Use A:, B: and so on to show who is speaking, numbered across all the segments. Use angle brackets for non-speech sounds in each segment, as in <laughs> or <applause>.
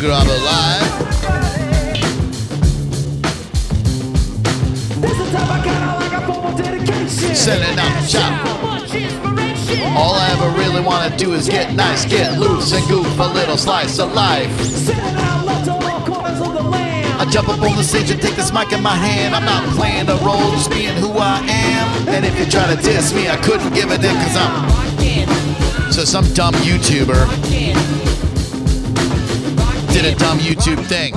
A: Grabber Live. Sending out shop. All I ever really wanna do is get nice, get loose, and goof a little slice of life. I jump up on the stage and take this mic in my hand. I'm not playing a role, just being who I am. And if you try to diss me, I couldn't give a damn, cause I'm. So some dumb YouTuber did a dumb YouTube thing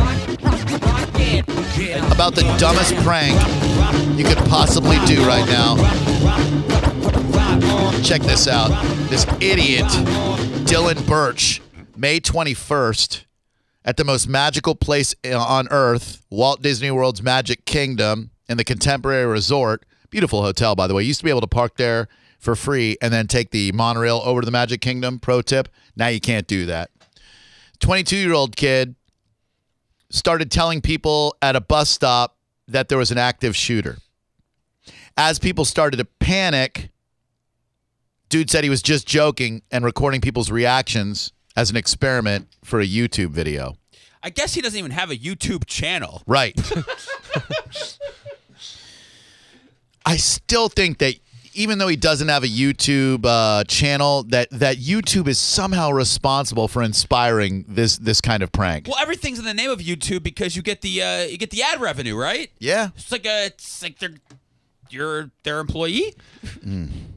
A: about the dumbest prank you could possibly do right now. Check this out. This idiot, Dylan Birch, May 21st, at the most magical place uh, on earth, Walt Disney World's Magic Kingdom in the Contemporary Resort. Beautiful hotel, by the way. Used to be able to park there for free and then take the monorail over to the Magic Kingdom. Pro tip. Now you can't do that. 22 year old kid started telling people at a bus stop that there was an active shooter. As people started to panic, dude said he was just joking and recording people's reactions as an experiment for a YouTube video.
B: I guess he doesn't even have a YouTube channel.
A: Right. I still think that even though he doesn't have a YouTube uh, channel, that that YouTube is somehow responsible for inspiring this this kind of prank.
B: Well, everything's in the name of YouTube because you get the uh, you get the ad revenue, right?
A: Yeah.
B: It's like a it's like they're you're their employee.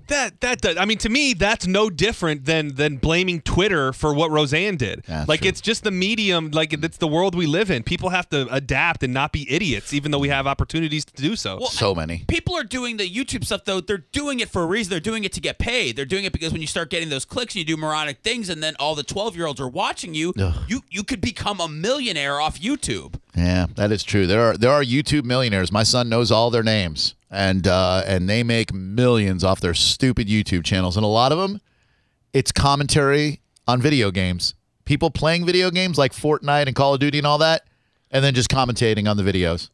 C: That that does, I mean to me that's no different than than blaming Twitter for what Roseanne did.
A: Yeah,
C: like
A: true.
C: it's just the medium. Like it's the world we live in. People have to adapt and not be idiots, even though we have opportunities to do so.
B: Well,
A: So many.
B: People are doing the YouTube stuff though. They're doing it for a reason. They're doing it to get paid. They're doing it because when you start getting those clicks and you do moronic things, and then all the twelve-year-olds are watching you,
A: Ugh.
B: you you could become a millionaire off YouTube.
A: Yeah, that is true. There are there are YouTube millionaires. My son knows all their names, and uh, and they make millions off their stupid YouTube channels. And a lot of them, it's commentary on video games. People playing video games like Fortnite and Call of Duty and all that, and then just commentating on the videos.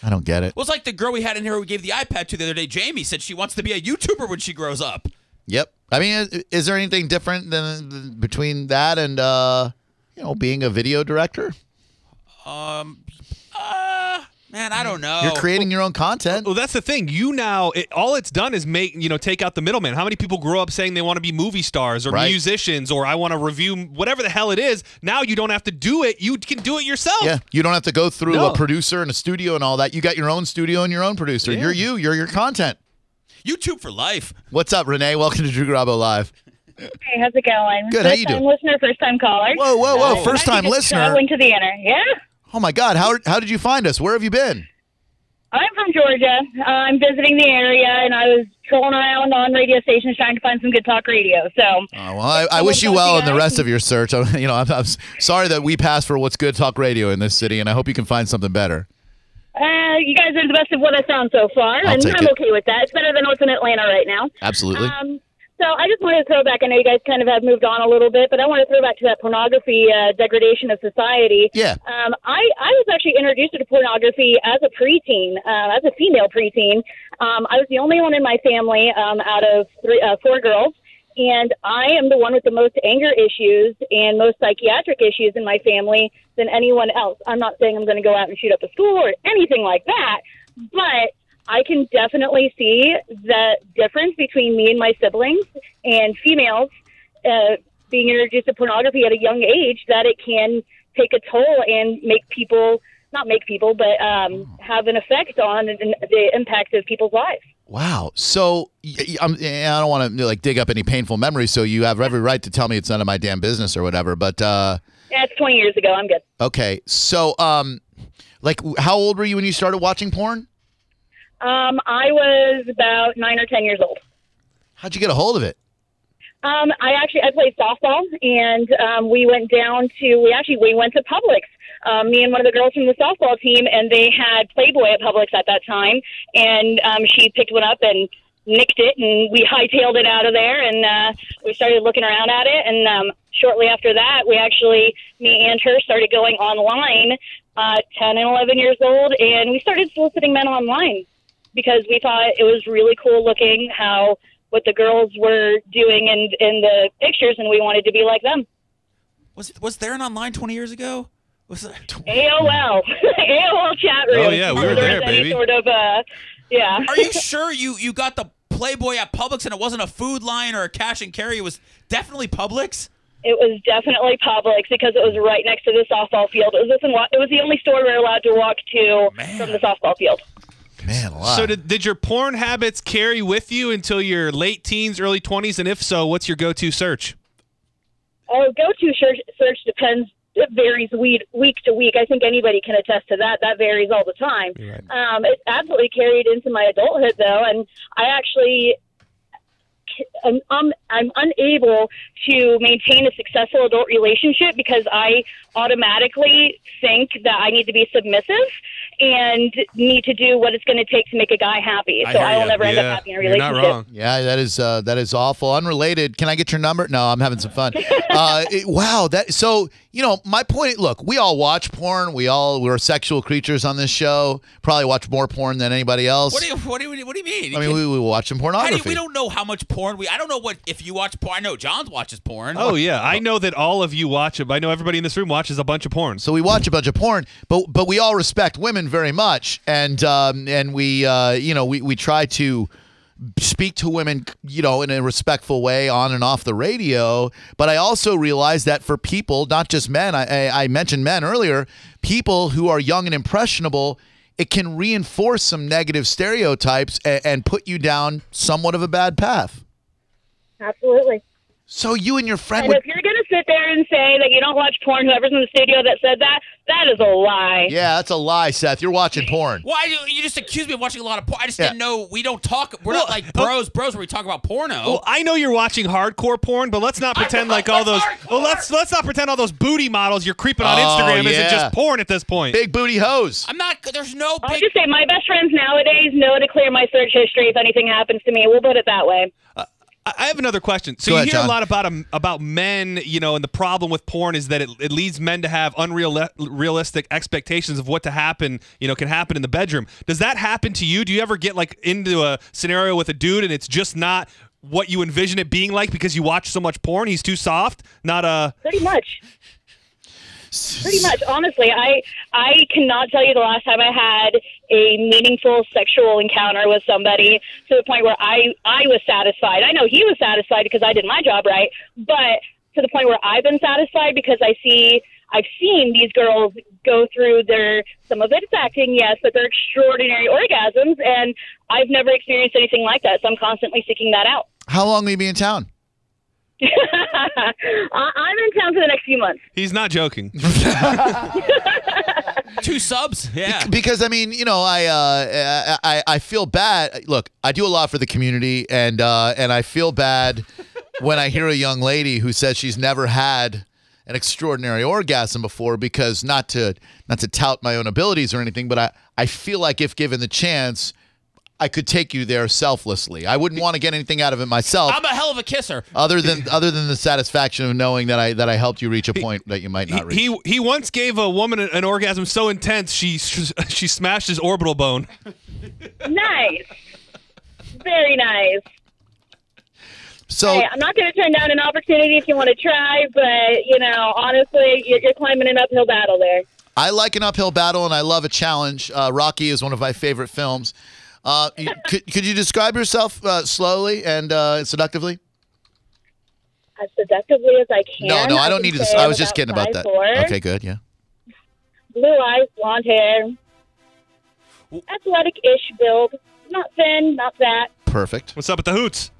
A: I don't get it.
B: Well, it's like the girl we had in here who we gave the iPad to the other day. Jamie said she wants to be a YouTuber when she grows up.
A: Yep. I mean, is, is there anything different than, than between that and uh, you know being a video director?
B: Uh, man, I don't know.
A: Mm-hmm. You're creating your own content.
C: Well, that's the thing. You now, it, all it's done is make you know take out the middleman. How many people grow up saying they want to be movie stars or
A: Right.
C: musicians or I want to review whatever the hell it is? Now you don't have to do it. You can do it yourself.
A: <laughs> Yeah, you don't have to go through
C: No.
A: a producer and a studio and all that. You got your own studio and your own producer. You're you. You're your content.
B: YouTube for life.
A: What's up, Renee? Welcome to Drew Garabo Live.
D: Hey, how's it going?
A: Good, how
D: First
A: you
D: time
A: doing?
D: listener, first time caller.
A: Whoa, whoa, whoa! First time
D: Just
A: listener.
D: Traveling to the inner. Yeah.
A: Oh my God! How how did you find us? Where have you been?
D: I'm from Georgia. Uh, I'm visiting the area, and I was trolling around on radio stations trying to find some good talk radio. So
A: Oh, well, I, I wish you well in the rest of your search. <laughs> I'm, you know, I'm, I'm s- sorry that we passed for what's good talk radio in this city, and I hope you can find something better.
D: uh, you guys are the best of what I found so far,
A: Oh. I'll
D: and
A: take
D: I'm
A: it.
D: okay with that. It's better than what's in Atlanta right now.
A: Absolutely.
D: Um, so I just wanted to throw back. I know you guys kind of have moved on a little bit, but I want to throw back to that pornography uh, degradation of society.
A: Yeah.
D: Um, I, I was actually introduced to pornography as a preteen, uh, as a female preteen. Um, I was the only one in my family um, out of three, uh, four girls, and I am the one with the most anger issues and most psychiatric issues in my family than anyone else. I'm not saying I'm going to go out and shoot up a school or anything like that, but I can definitely see the difference between me and my siblings and females uh, being introduced to pornography at a young age that it can take a toll and make people not make people but um, have an effect on the the impact of people's lives
A: Wow. So y- y- I'm, eh, I don't want to like dig up any painful memories. So you have every right to tell me it's none of my damn business or whatever. But uh,
D: that's 20 years ago i'm good
A: okay. So um, like, w- how old were you when you started watching porn?
D: um, i was about nine or ten years old
A: How'd you get a hold of it?
D: Um, I actually I played softball, and um, we went down to we actually we went to Publix. Um, me and one of the girls from the softball team, and they had Playboy at Publix at that time, and um, she picked one up and nicked it, and we hightailed it out of there, and uh, we started looking around at it, and um, shortly after that, we actually me and her started going online, uh, ten and eleven years old, and we started soliciting men online because we thought it was really cool looking how what the girls were doing in in the pictures, and we wanted to be like them.
B: Was was there an online twenty years ago? What's that?
D: <laughs> AOL, AOL chat room.
C: Oh, yeah, we were
D: If there
C: there,
D: was any
C: baby.
D: Sort of, uh, yeah.
B: Are you sure you you got the Playboy at Publix and it wasn't a food line or a cash and carry? It was definitely Publix.
D: It was definitely Publix because it was right next to the softball field. It was this it was the only store we were allowed to walk to
B: Man.
D: from the softball field.
A: Man, a lot.
C: So did, did your porn habits carry with you until your late teens, early 20s? And if so, what's your go-to search?
D: Oh, go-to search, search depends. It varies weed, week to week. I think anybody can attest to that. That varies all the time.
C: You're right.
D: Um, it absolutely carried into my adulthood, though, and I actually I'm, um, I'm unable to maintain a successful adult relationship because I automatically think that I need to be submissive and need to do what it's going to take to make a guy happy.
B: I
D: <laughs> so
B: hear
D: I will
B: ya.
D: never end up having a relationship.
C: You're not wrong.
A: Yeah, that is uh, that is awful. Unrelated. Can I get your number? No, I'm having some
B: <laughs>
A: fun. Uh, it- wow, that so you know my point. Look, we all watch porn. We all we're sexual creatures on this show. Probably watch more porn than anybody else.
B: What do you what do you, what do you mean?
A: I mean, we, we watch some
B: How do
A: pornography.
B: you- we don't know how much porn we. I don't know what if you watch porn. I know John watches porn.
C: Oh, yeah. I know that all of you watch it. I know everybody in this room watches a bunch of porn.
A: so we watch a bunch of porn, but but we all respect women very much, and um, and we uh, you know we we try to speak to women you know in a respectful way on and off the radio but i also realize that for people not just men I, I, I mentioned men earlier people who are young and impressionable it can reinforce some negative stereotypes and, and put you down somewhat of a bad path
D: Absolutely.
A: so you and your friend
D: And
A: would
D: if you're going to sit there and say that you don't watch porn, whoever's in the studio that said that, that is a lie.
A: yeah that's a lie seth you're watching porn
B: Why do you just accuse me of watching a lot of porn? I just
A: Yeah.
B: didn't know we don't talk. We're
C: Well,
B: not like bros, bros, where we talk about porno.
C: Well, oh, I know you're watching hardcore porn, but let's not pretend like all those.
B: hardcore!
C: Well, let's let's not pretend all those booty models you're creeping on
A: Oh,
C: Instagram isn't
A: yeah.
C: just porn at this point.
A: big booty hose
B: I'm not. There's no
D: I'll
B: big.
D: just say my best friends nowadays know to clear my search history if anything happens to me. We'll put it that way.
C: I I have another question. So
A: Go
C: you
A: ahead,
C: hear
A: John.
C: a lot about um, about men, you know, and the problem with porn is that it, it leads men to have unreal realistic expectations of what to happen, you know, can happen in the bedroom. Does that happen to you? Do you ever get like into a scenario with a dude and it's just not what you envision it being like because you watch so much porn? He's too soft. Not uh, a.
D: Pretty much. Pretty much. Honestly, I I cannot tell you the last time I had a meaningful sexual encounter with somebody to the point where I I was satisfied. I know he was satisfied because I did my job right, but to the point where I've been satisfied because I see I've seen these girls go through their some of it's acting, yes, but they're extraordinary orgasms and I've never experienced anything like that, so I'm constantly seeking that out. <laughs>
A: how long will you be in town
D: I- I'm in town for the next few months.
C: He's not joking.
B: Two subs.
A: <laughs>
B: Yeah.
A: because I mean, you know, I uh, I I I feel bad. Look, I do a lot for the community, and uh, and I feel bad <laughs> when I hear a young lady who says she's never had an extraordinary orgasm before. Because not to not to tout my own abilities or anything, but I I feel like if given the chance, I could take you there selflessly. I wouldn't want to get anything out of it myself.
B: I'm a hell of a kisser.
A: other than other than the satisfaction of knowing that I that I helped you reach a point that you might
C: He,
A: not reach.
C: he he once gave a woman an, an orgasm so intense she she smashed his orbital bone.
D: Nice. Very nice.
A: so
D: Hey, I'm not going to turn down an opportunity if you want to try, but, you know, honestly, you're, you're climbing an uphill battle there.
A: I like an uphill battle and I love a challenge. Uh, Rocky is one of my favorite films. Uh,
D: <laughs>
A: you- could, could you describe yourself uh, slowly and uh, seductively?
D: As seductively as I can.
A: no, no, I don't
D: can
A: need to.
D: say
A: I
D: I'm
A: was just kidding about that.
D: 5'4".
A: Okay, good. Yeah.
D: Blue eyes, blonde hair. Athletic ish build. Not thin, not fat.
A: Perfect.
C: What's up with the hoots?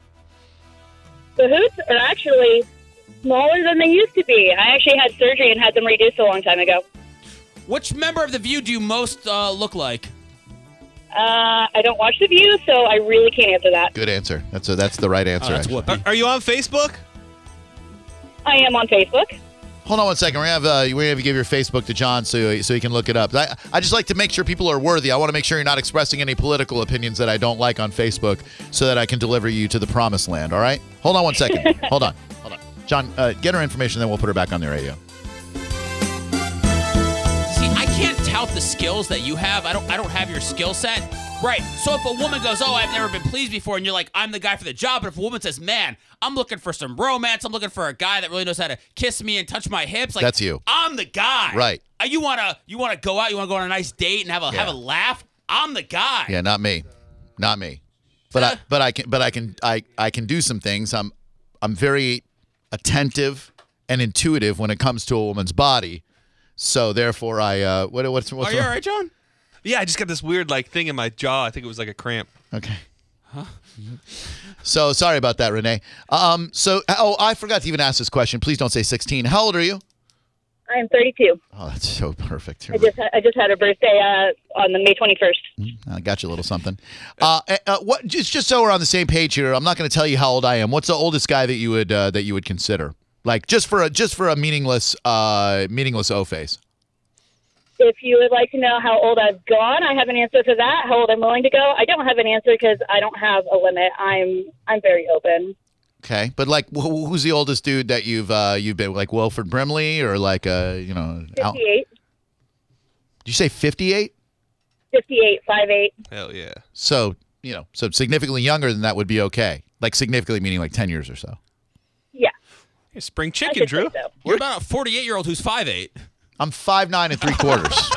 D: The hoots are actually smaller than they used to be. I actually had surgery and had them reduced a long time ago.
B: Which member of the View do you most uh, look like?
D: Uh, I don't watch The View, so I really can't answer that.
A: Good answer. That's a, that's the right answer.
B: Oh, that's
A: actually.
B: Whoopi.
C: Are, are you on Facebook?
D: I am on Facebook.
A: Hold on one second. We're gonna have uh, we're gonna have to give your Facebook to John so so he can look it up. I, I just like to make sure people are worthy. I want to make sure you're not expressing any political opinions that I don't like on Facebook, so that I can deliver you to the promised land. All right. Hold on one
D: <laughs>
A: second. Hold on. Hold on. John, uh, get her information, then we'll put her back on the radio.
B: See, I can't tout the skills that you have. I don't. I don't have your skill set. Right. So if a woman goes, "Oh, I've never been pleased before," and you're like, "I'm the guy for the job," but if a woman says, "Man, I'm looking for some romance. I'm looking for a guy that really knows how to kiss me and touch my hips," like
A: That's you.
B: I'm the guy.
A: Right.
B: Uh, You wanna you wanna go out. You wanna go on a nice date and have a have a laugh. I'm the guy.
A: Yeah, not me, not me. But I, but I can, but I can, I, I can do some things. I'm, I'm very attentive and intuitive when it comes to a woman's body. So therefore, I, uh, what, what's, what's
B: Are you all right, John?
C: Yeah, I just got this weird like thing in my jaw. I think it was like a cramp.
A: Okay. <laughs> So sorry about that, Renee. Um, so oh, I forgot to even ask this question. Please don't say 16. How old are you?
D: I am 32.
A: Oh, that's so perfect.
D: I just I just had a birthday uh, on the May 21st.
A: I got you a little something. Uh, uh, what? Just just so we're on the same page here, I'm not going to tell you how old I am. What's the oldest guy that you would uh, that you would consider? Like just for a just for a meaningless uh, meaningless O face.
D: If you would like to know how old I've gone, I have an answer for that. How old I'm willing to go, I don't have an answer because I don't have a limit. I'm I'm very open.
A: Okay, but like wh- wh- who's the oldest dude that you've uh, you've been like Wilford Brimley or like uh, you know? Al-
D: 58,
A: did you say 58?
D: 58, 58.
C: Hell yeah.
A: So you know, so significantly younger than that would be okay. Like significantly meaning like 10 years or so.
D: Yeah,
C: Hey, spring
D: I
C: chicken,
D: should
C: Drew.
D: say so.
B: What about a 48 year old who's 5'8"?
A: I'm five nine and three quarters.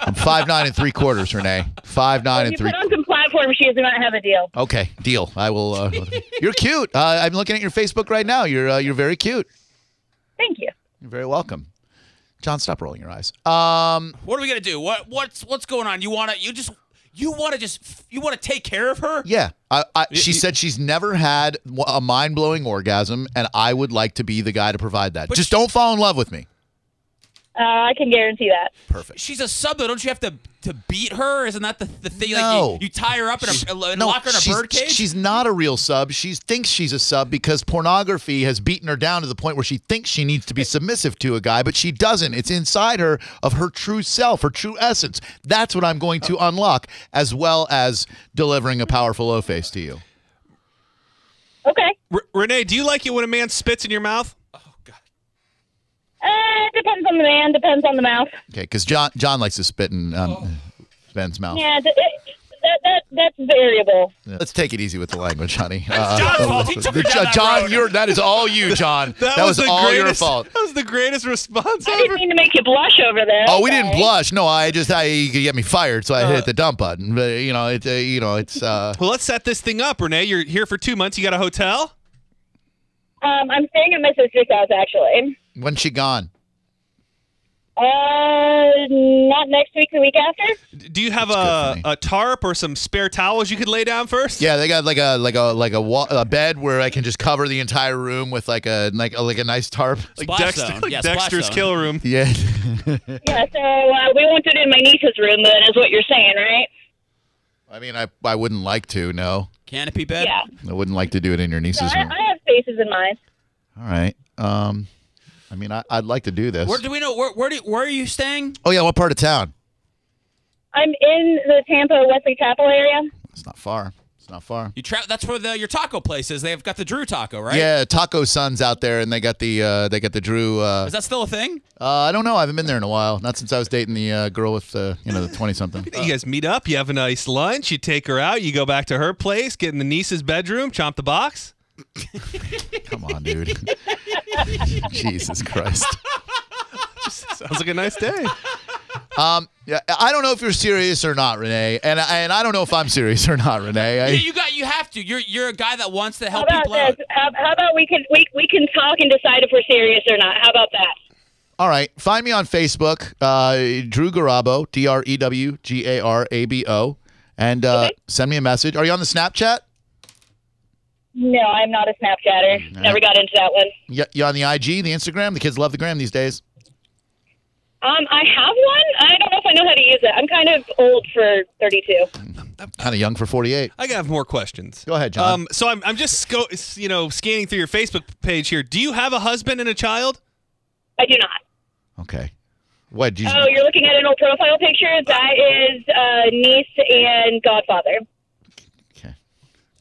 A: I'm five nine and three quarters, Renee. Five nine and
D: You
A: three.
D: put on some platform shoes, we might have a deal.
A: Okay, deal. I will. Uh, <laughs> you're cute. Uh, I'm looking at your Facebook right now. You're uh, you're very cute.
D: Thank you.
A: You're very welcome. John, stop rolling your eyes. Um,
B: What are we gonna do? What what's what's going on? You wanna you just you wanna just you wanna take care of her?
A: yeah. I, I, she
C: y-
A: said she's never had w- a mind blowing orgasm, and I would like to be the guy to provide that. Just don't fall in love with me.
D: Uh, I can guarantee that.
A: Perfect.
B: She's a sub though. Don't you have to to beat her? Isn't that the, the thing? Like
A: No.
B: you, you tie her up in a, and
A: No,
B: lock her in a
A: she's,
B: bird cage.
A: she's not a real sub. She thinks she's a sub because pornography has beaten her down to the point where she thinks she needs to be submissive to a guy, but she doesn't. It's inside her of her true self, her true essence. That's what I'm going to unlock, as well as delivering a powerful O face to you.
D: Okay.
C: R- Renee, do you like it when a man spits in your mouth?
D: Uh, depends on the man, depends on the mouth.
A: Okay, because John John likes to spit in um, Ben's mouth.
D: Yeah, th- it, that, that, that's variable.
A: Let's take it easy with the language, honey. Uh,
B: John's fault. He took her down that
A: John,
B: road.
A: you're, that is all you,
B: <laughs>
A: John. that, was,
C: the
A: all your
C: greatest-
A: fault.
C: That was the greatest response
D: I
C: ever.
D: didn't mean to make you blush over there.
A: Oh, we didn't
D: Sorry.
A: blush. No, I just I you could get me fired, so I hit the dump button. But you know, it's uh, you know, it's uh,
C: Well, let's set this thing up, Renee. You're here for two months. You got a hotel?
D: Um, I'm staying at my sister's house, actually.
A: when's she gone?
D: Uh, not next week, the week after.
C: D- Do you have
A: That's
C: a,
A: good for me.
C: a tarp or some spare towels you could lay down first?
A: Yeah, they got like a like a like a, wa- a bed where I can just cover the entire room with like a like a, like a nice tarp. <laughs>
B: Splash
C: Like Dexter-
B: zone.
C: like
B: Yeah, splash
C: Dexter's
B: zone.
C: kill room.
A: Yeah, <laughs>
D: Yeah, so uh, we won't do it in my niece's room, then, is what you're saying, right?
A: I mean, I I wouldn't like to. No,
B: Canopy bed.
D: Yeah.
A: I wouldn't like to do it in your
D: So
A: niece's
D: I, <laughs>
A: room.
D: I have spaces in mind.
A: All right. Um, I mean, I, I'd like to do this.
B: Where do we know? Where where, do, where are you staying?
A: Oh yeah, what part of town?
D: I'm in the Tampa Wesley Chapel area.
A: It's not far. It's not far.
B: You tra- That's where the your taco place is. They've got the Drew Taco, right?
A: Yeah, Taco Sun's out there, and they got the uh, they got the Drew. Uh,
B: Is that still a thing?
A: uh, I don't know. I haven't been there in a while. Not since I was dating the uh, girl with the you know the twenty
C: <laughs>
A: something.
C: You guys meet up. You have a nice lunch. You take her out. You go back to her place. Get in the niece's bedroom. Chomp the box.
A: Come on, dude. <laughs> Jesus Christ.
C: <laughs> Sounds like a nice day.
A: Um, yeah, I don't know if you're serious or not, Renee, and I, and I don't know if I'm serious or not, Renee. I,
B: yeah, you got you have to. You're you're a guy that wants to
D: How
B: help
D: about
B: people out.
D: this? How, how about we can we, we can talk and decide if we're serious or not? How about that?
A: all right, find me on Facebook, uh, Drew Garabo, D R E W G A R A B O, and uh,
D: Okay.
A: send me a message. Are you on the Snapchat?
D: No, I'm not a Snapchatter. Never got into that one.
A: You, you on the IG, the Instagram? The kids love the gram these days.
D: Um, I have one. I don't know if I know how to use it. I'm kind of old for 32.
A: Kind of young for 48.
C: I have more questions.
A: Go ahead, John.
C: Um, so I'm, I'm just sco- you know scanning through your Facebook page here. Do you have a husband and a child?
D: I do not.
A: okay. What? Did you,
D: Oh, you're looking at an old profile picture. That is uh, niece and godfather.
A: okay.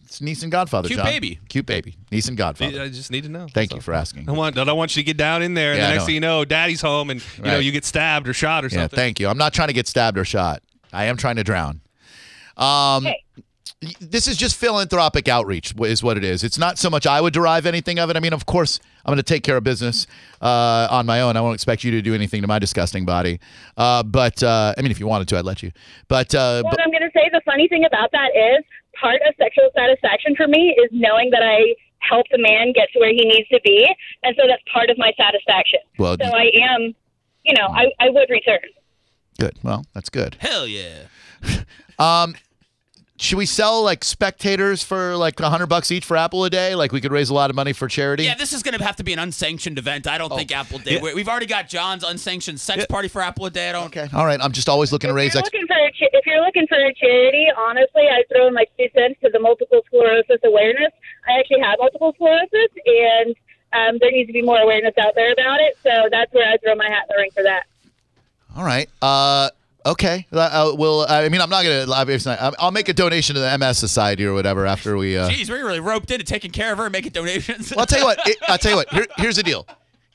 A: It's niece and Godfather,
B: Cute
A: John.
B: baby.
A: Cute baby. Niece and Godfather.
C: I just need to know.
A: Thank
C: uh, So-
A: you for asking.
C: I want I don't want you to get down in there, and
A: Yeah, I
C: the next
A: know.
C: thing you know, Daddy's home, and you know
A: Right.
C: you get stabbed or shot or
A: Yeah,
C: something.
A: thank you. I'm not trying to get stabbed or shot. I am trying to drown. Um,
D: Hey.
A: This is just philanthropic outreach, wh- is what it is. It's not so much I would derive anything of it. I mean, of course, I'm going to take care of business uh, on my own. I won't expect you to do anything to my disgusting body. Uh, but uh, I mean, if you wanted to, I'd let you. But, uh,
D: Well,
A: but
D: I'm going to say the funny thing about that is part of sexual satisfaction for me is knowing that I helped a man get to where he needs to be, and so that's part of my satisfaction.
A: Well,
D: so
A: you-
D: I am, you know, I, I would return.
A: good. Well, that's good.
B: Hell yeah.
A: Should we sell like spectators for like a hundred bucks each for Apple a day? Like we could raise a lot of money for charity.
B: Yeah, this is going to have to be an unsanctioned event. I don't
A: Oh.
B: think Apple Day. we We've already got John's unsanctioned sex party for Apple a Day. I don't.
A: okay. All right. I'm just always looking to raise.
D: If you're,
A: Ex-
D: looking for a cha- if you're looking for a charity, honestly, I throw in my two cents to the multiple sclerosis awareness. I actually have multiple sclerosis, and um, there needs to be more awareness out there about it. So that's where I throw my hat in the ring for that.
A: All right. Uh, okay. Uh, uh, well, I mean, I'm not gonna. Obviously, I'm- I'll make a donation to the MS Society or whatever after we. Uh,
B: Jeez, we really roped into taking care of her and making donations.
A: Well, I'll tell you
B: <laughs>
A: what. It, I'll tell you what. Here, here's the deal.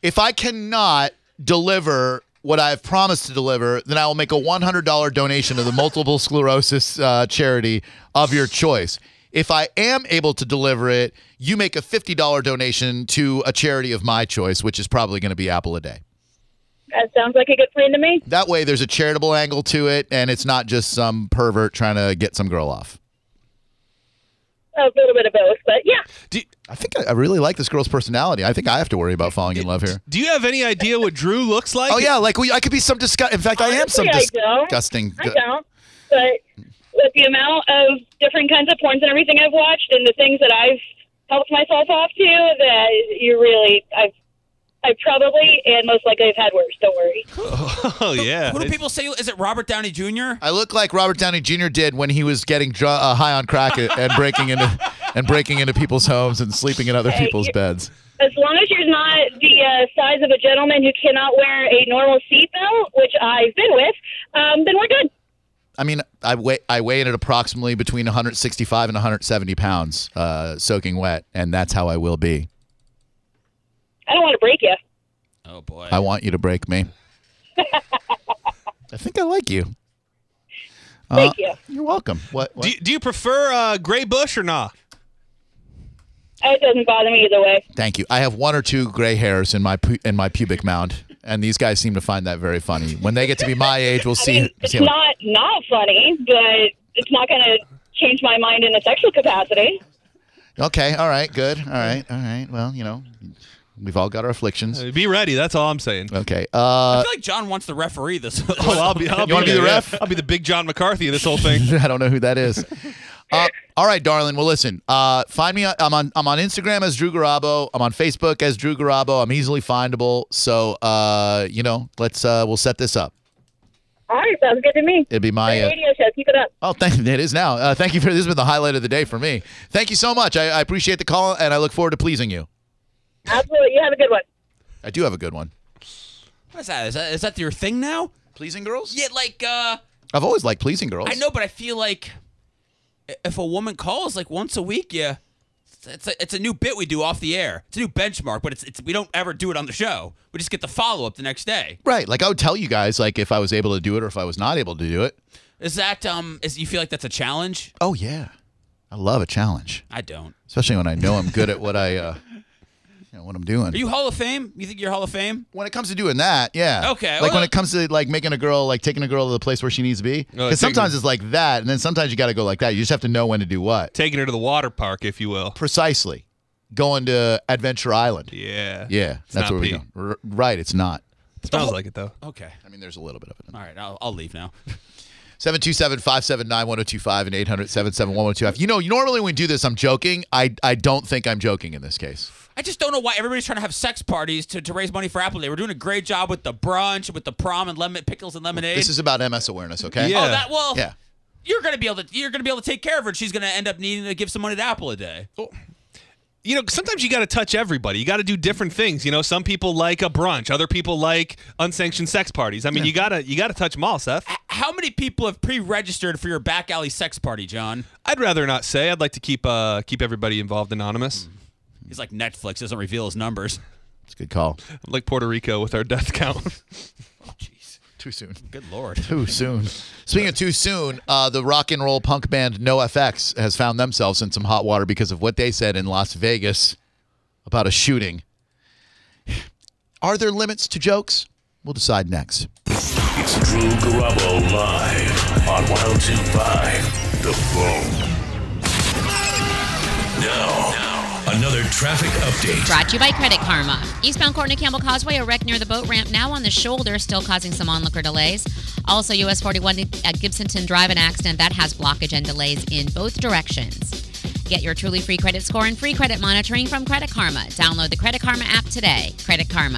A: If I cannot deliver what I've promised to deliver, then I will make a $100 donation to the multiple sclerosis uh, charity of your choice. If I am able to deliver it, you make a $50 donation to a charity of my choice, which is probably going to be Apple a Day.
D: That sounds like a good plan to me.
A: That way, there's a charitable angle to it, and it's not just some pervert trying to get some girl off.
D: A little bit of both, but yeah.
C: Do,
A: I think I I really like this girl's personality. I think I have to worry about falling in love here.
C: do you have any idea what Drew looks like?
A: Oh yeah, like we, I could be some disgust. In fact, I am some
D: Honestly, I don't.
A: disgusting.
D: I don't. But with the amount of different kinds of porns and everything I've watched, and the things that I've helped myself off to, that you really, I've, I probably and most likely have had worse. Don't worry.
C: <laughs> Oh yeah.
B: Who do
C: It's-
B: people say? Is it Robert Downey Jr.?
A: I look like Robert Downey Jr. did when he was getting dr- uh, high on crack and and breaking into and breaking into people's homes and sleeping in other people's beds.
D: As long as you're not the uh, size of a gentleman who cannot wear a normal seatbelt, which I've been with, um, then we're good.
A: I mean, I weigh I weigh in at approximately between 165 and 170 pounds, uh, soaking wet, and that's how I will be.
D: I don't want to break you.
B: Oh boy.
A: I want you to break
D: <laughs>
A: me. I think I like you. Uh,
D: Thank you.
A: You're welcome. What? what?
C: Do, you- do you prefer uh, Gray Bush or not?
D: It doesn't bother me either way.
A: Thank you. I have one or two gray hairs in my pu- in my pubic mound, and these guys seem to find that very funny. When they get to be
D: <laughs>
A: my age, we'll
D: I
A: see.
D: mean, it's
A: see how-
D: not not funny, but it's not going to change my mind in a sexual capacity.
A: okay. All right. Good. All right. All right. Well, you know, we've all got our afflictions.
C: Uh, Be ready. That's all I'm saying.
A: Okay. Uh,
B: I feel like John wants the
A: <laughs>
B: referee this.
C: Oh, I'll be. <laughs> I'll
A: You wanna be
C: there,
A: the
C: yeah.
A: ref?
C: I'll be the big John McCarthy of this whole thing.
A: <laughs> I don't know who that
B: <laughs>
A: is. Uh, all right, darling. Well, listen. Uh, find me. on- I'm on. I'm on Instagram as Drew Garabo. I'm on Facebook as Drew Garabo. I'm easily findable. So, uh, you know, let's. Uh, we'll set this up.
D: All right, sounds good to me.
A: It'd be my. Uh,
D: Radio show, keep it up.
A: Oh, <laughs> thank it is now. Uh, thank you for this has been the highlight of the day for me. Thank you so much. I, I appreciate the call and I look forward to pleasing you.
D: Absolutely, you have a good one.
A: I do have a good one.
B: What's that? Is that is that your thing now?
A: Pleasing girls?
B: Yeah, like uh,
A: I've always liked pleasing girls.
B: I know, but I feel like i- if a woman calls like once a week, yeah, it's- it's a, it's a new bit we do off the air. It's a new benchmark, but it's, it's we don't ever do it on the show. We just get the follow up the next day.
A: Right. Like I would tell you guys like if I was able to do it or if I was not able to do it.
B: Is that um? Is you feel like that's a challenge?
A: Oh yeah. I love a challenge.
B: I don't.
A: Especially when I know I'm good at what I uh you know, what I'm doing.
B: Are you Hall of Fame? You think you're Hall of Fame?
A: when it comes to doing that, yeah.
B: Okay,
A: Like
B: well- Oh,
A: when it comes to like making a girl, like taking a girl to the place where she needs to be.
C: No,
A: Because
C: taking-
A: sometimes it's like that, and then sometimes you got to go like that. You just have to know when to do what.
C: Taking her to the water park, if you will.
A: Precisely. Going to Adventure Island.
C: Yeah.
A: Yeah,
C: It's
A: that's
C: not
A: where we
C: pee.
A: go. R- right, it's not.
C: Smells like it though.
B: Okay.
A: I mean, there's a little bit of it.
B: All right, I'll, I'll leave now. <laughs>
A: 727 579 1025 and 800 771 1025. You know, normally when we do this, I'm joking. I, I don't think I'm joking in this case.
B: I just don't know why everybody's trying to have sex parties to, to raise money for Apple Day. We're doing a great job with the brunch, with the prom and lemon pickles and lemonade.
A: This is about MS awareness, okay?
C: Yeah.
B: Oh, that well.
A: Yeah.
B: You're gonna be able to you're gonna be able to take care of her. and She's gonna end up needing to give some money to Apple a day.
C: you know, sometimes you got to touch everybody. You got to do different things. You know, some people like a brunch, other people like unsanctioned sex parties. I mean, you gotta you gotta touch them all, Seth.
B: H- How many people have pre-registered for your back alley sex party, John?
C: I'd rather not say. I'd like to keep uh keep everybody involved anonymous.
B: He's like Netflix doesn't reveal his numbers.
A: It's a good call.
C: Like Puerto Rico with our death count. <laughs>
B: Oh jeez.
A: Too soon.
B: Good lord.
A: Too soon. Speaking of too soon, uh, the rock and roll punk band NoFX has found themselves in some hot water because of what they said in Las Vegas about a shooting. Are there limits to jokes? We'll decide next.
E: It's Drew Garabo live on 1025 The Phone. Now, another traffic update.
F: Brought to you by Credit Karma. Eastbound Courtney Campbell Causeway, a wreck near the boat ramp, now on the shoulder, still causing some onlooker delays. Also, US 41 at Gibsonton Drive, an accident that has blockage and delays in both directions. Get your truly free credit score and free credit monitoring from Credit Karma. Download the Credit Karma app today. Credit Karma.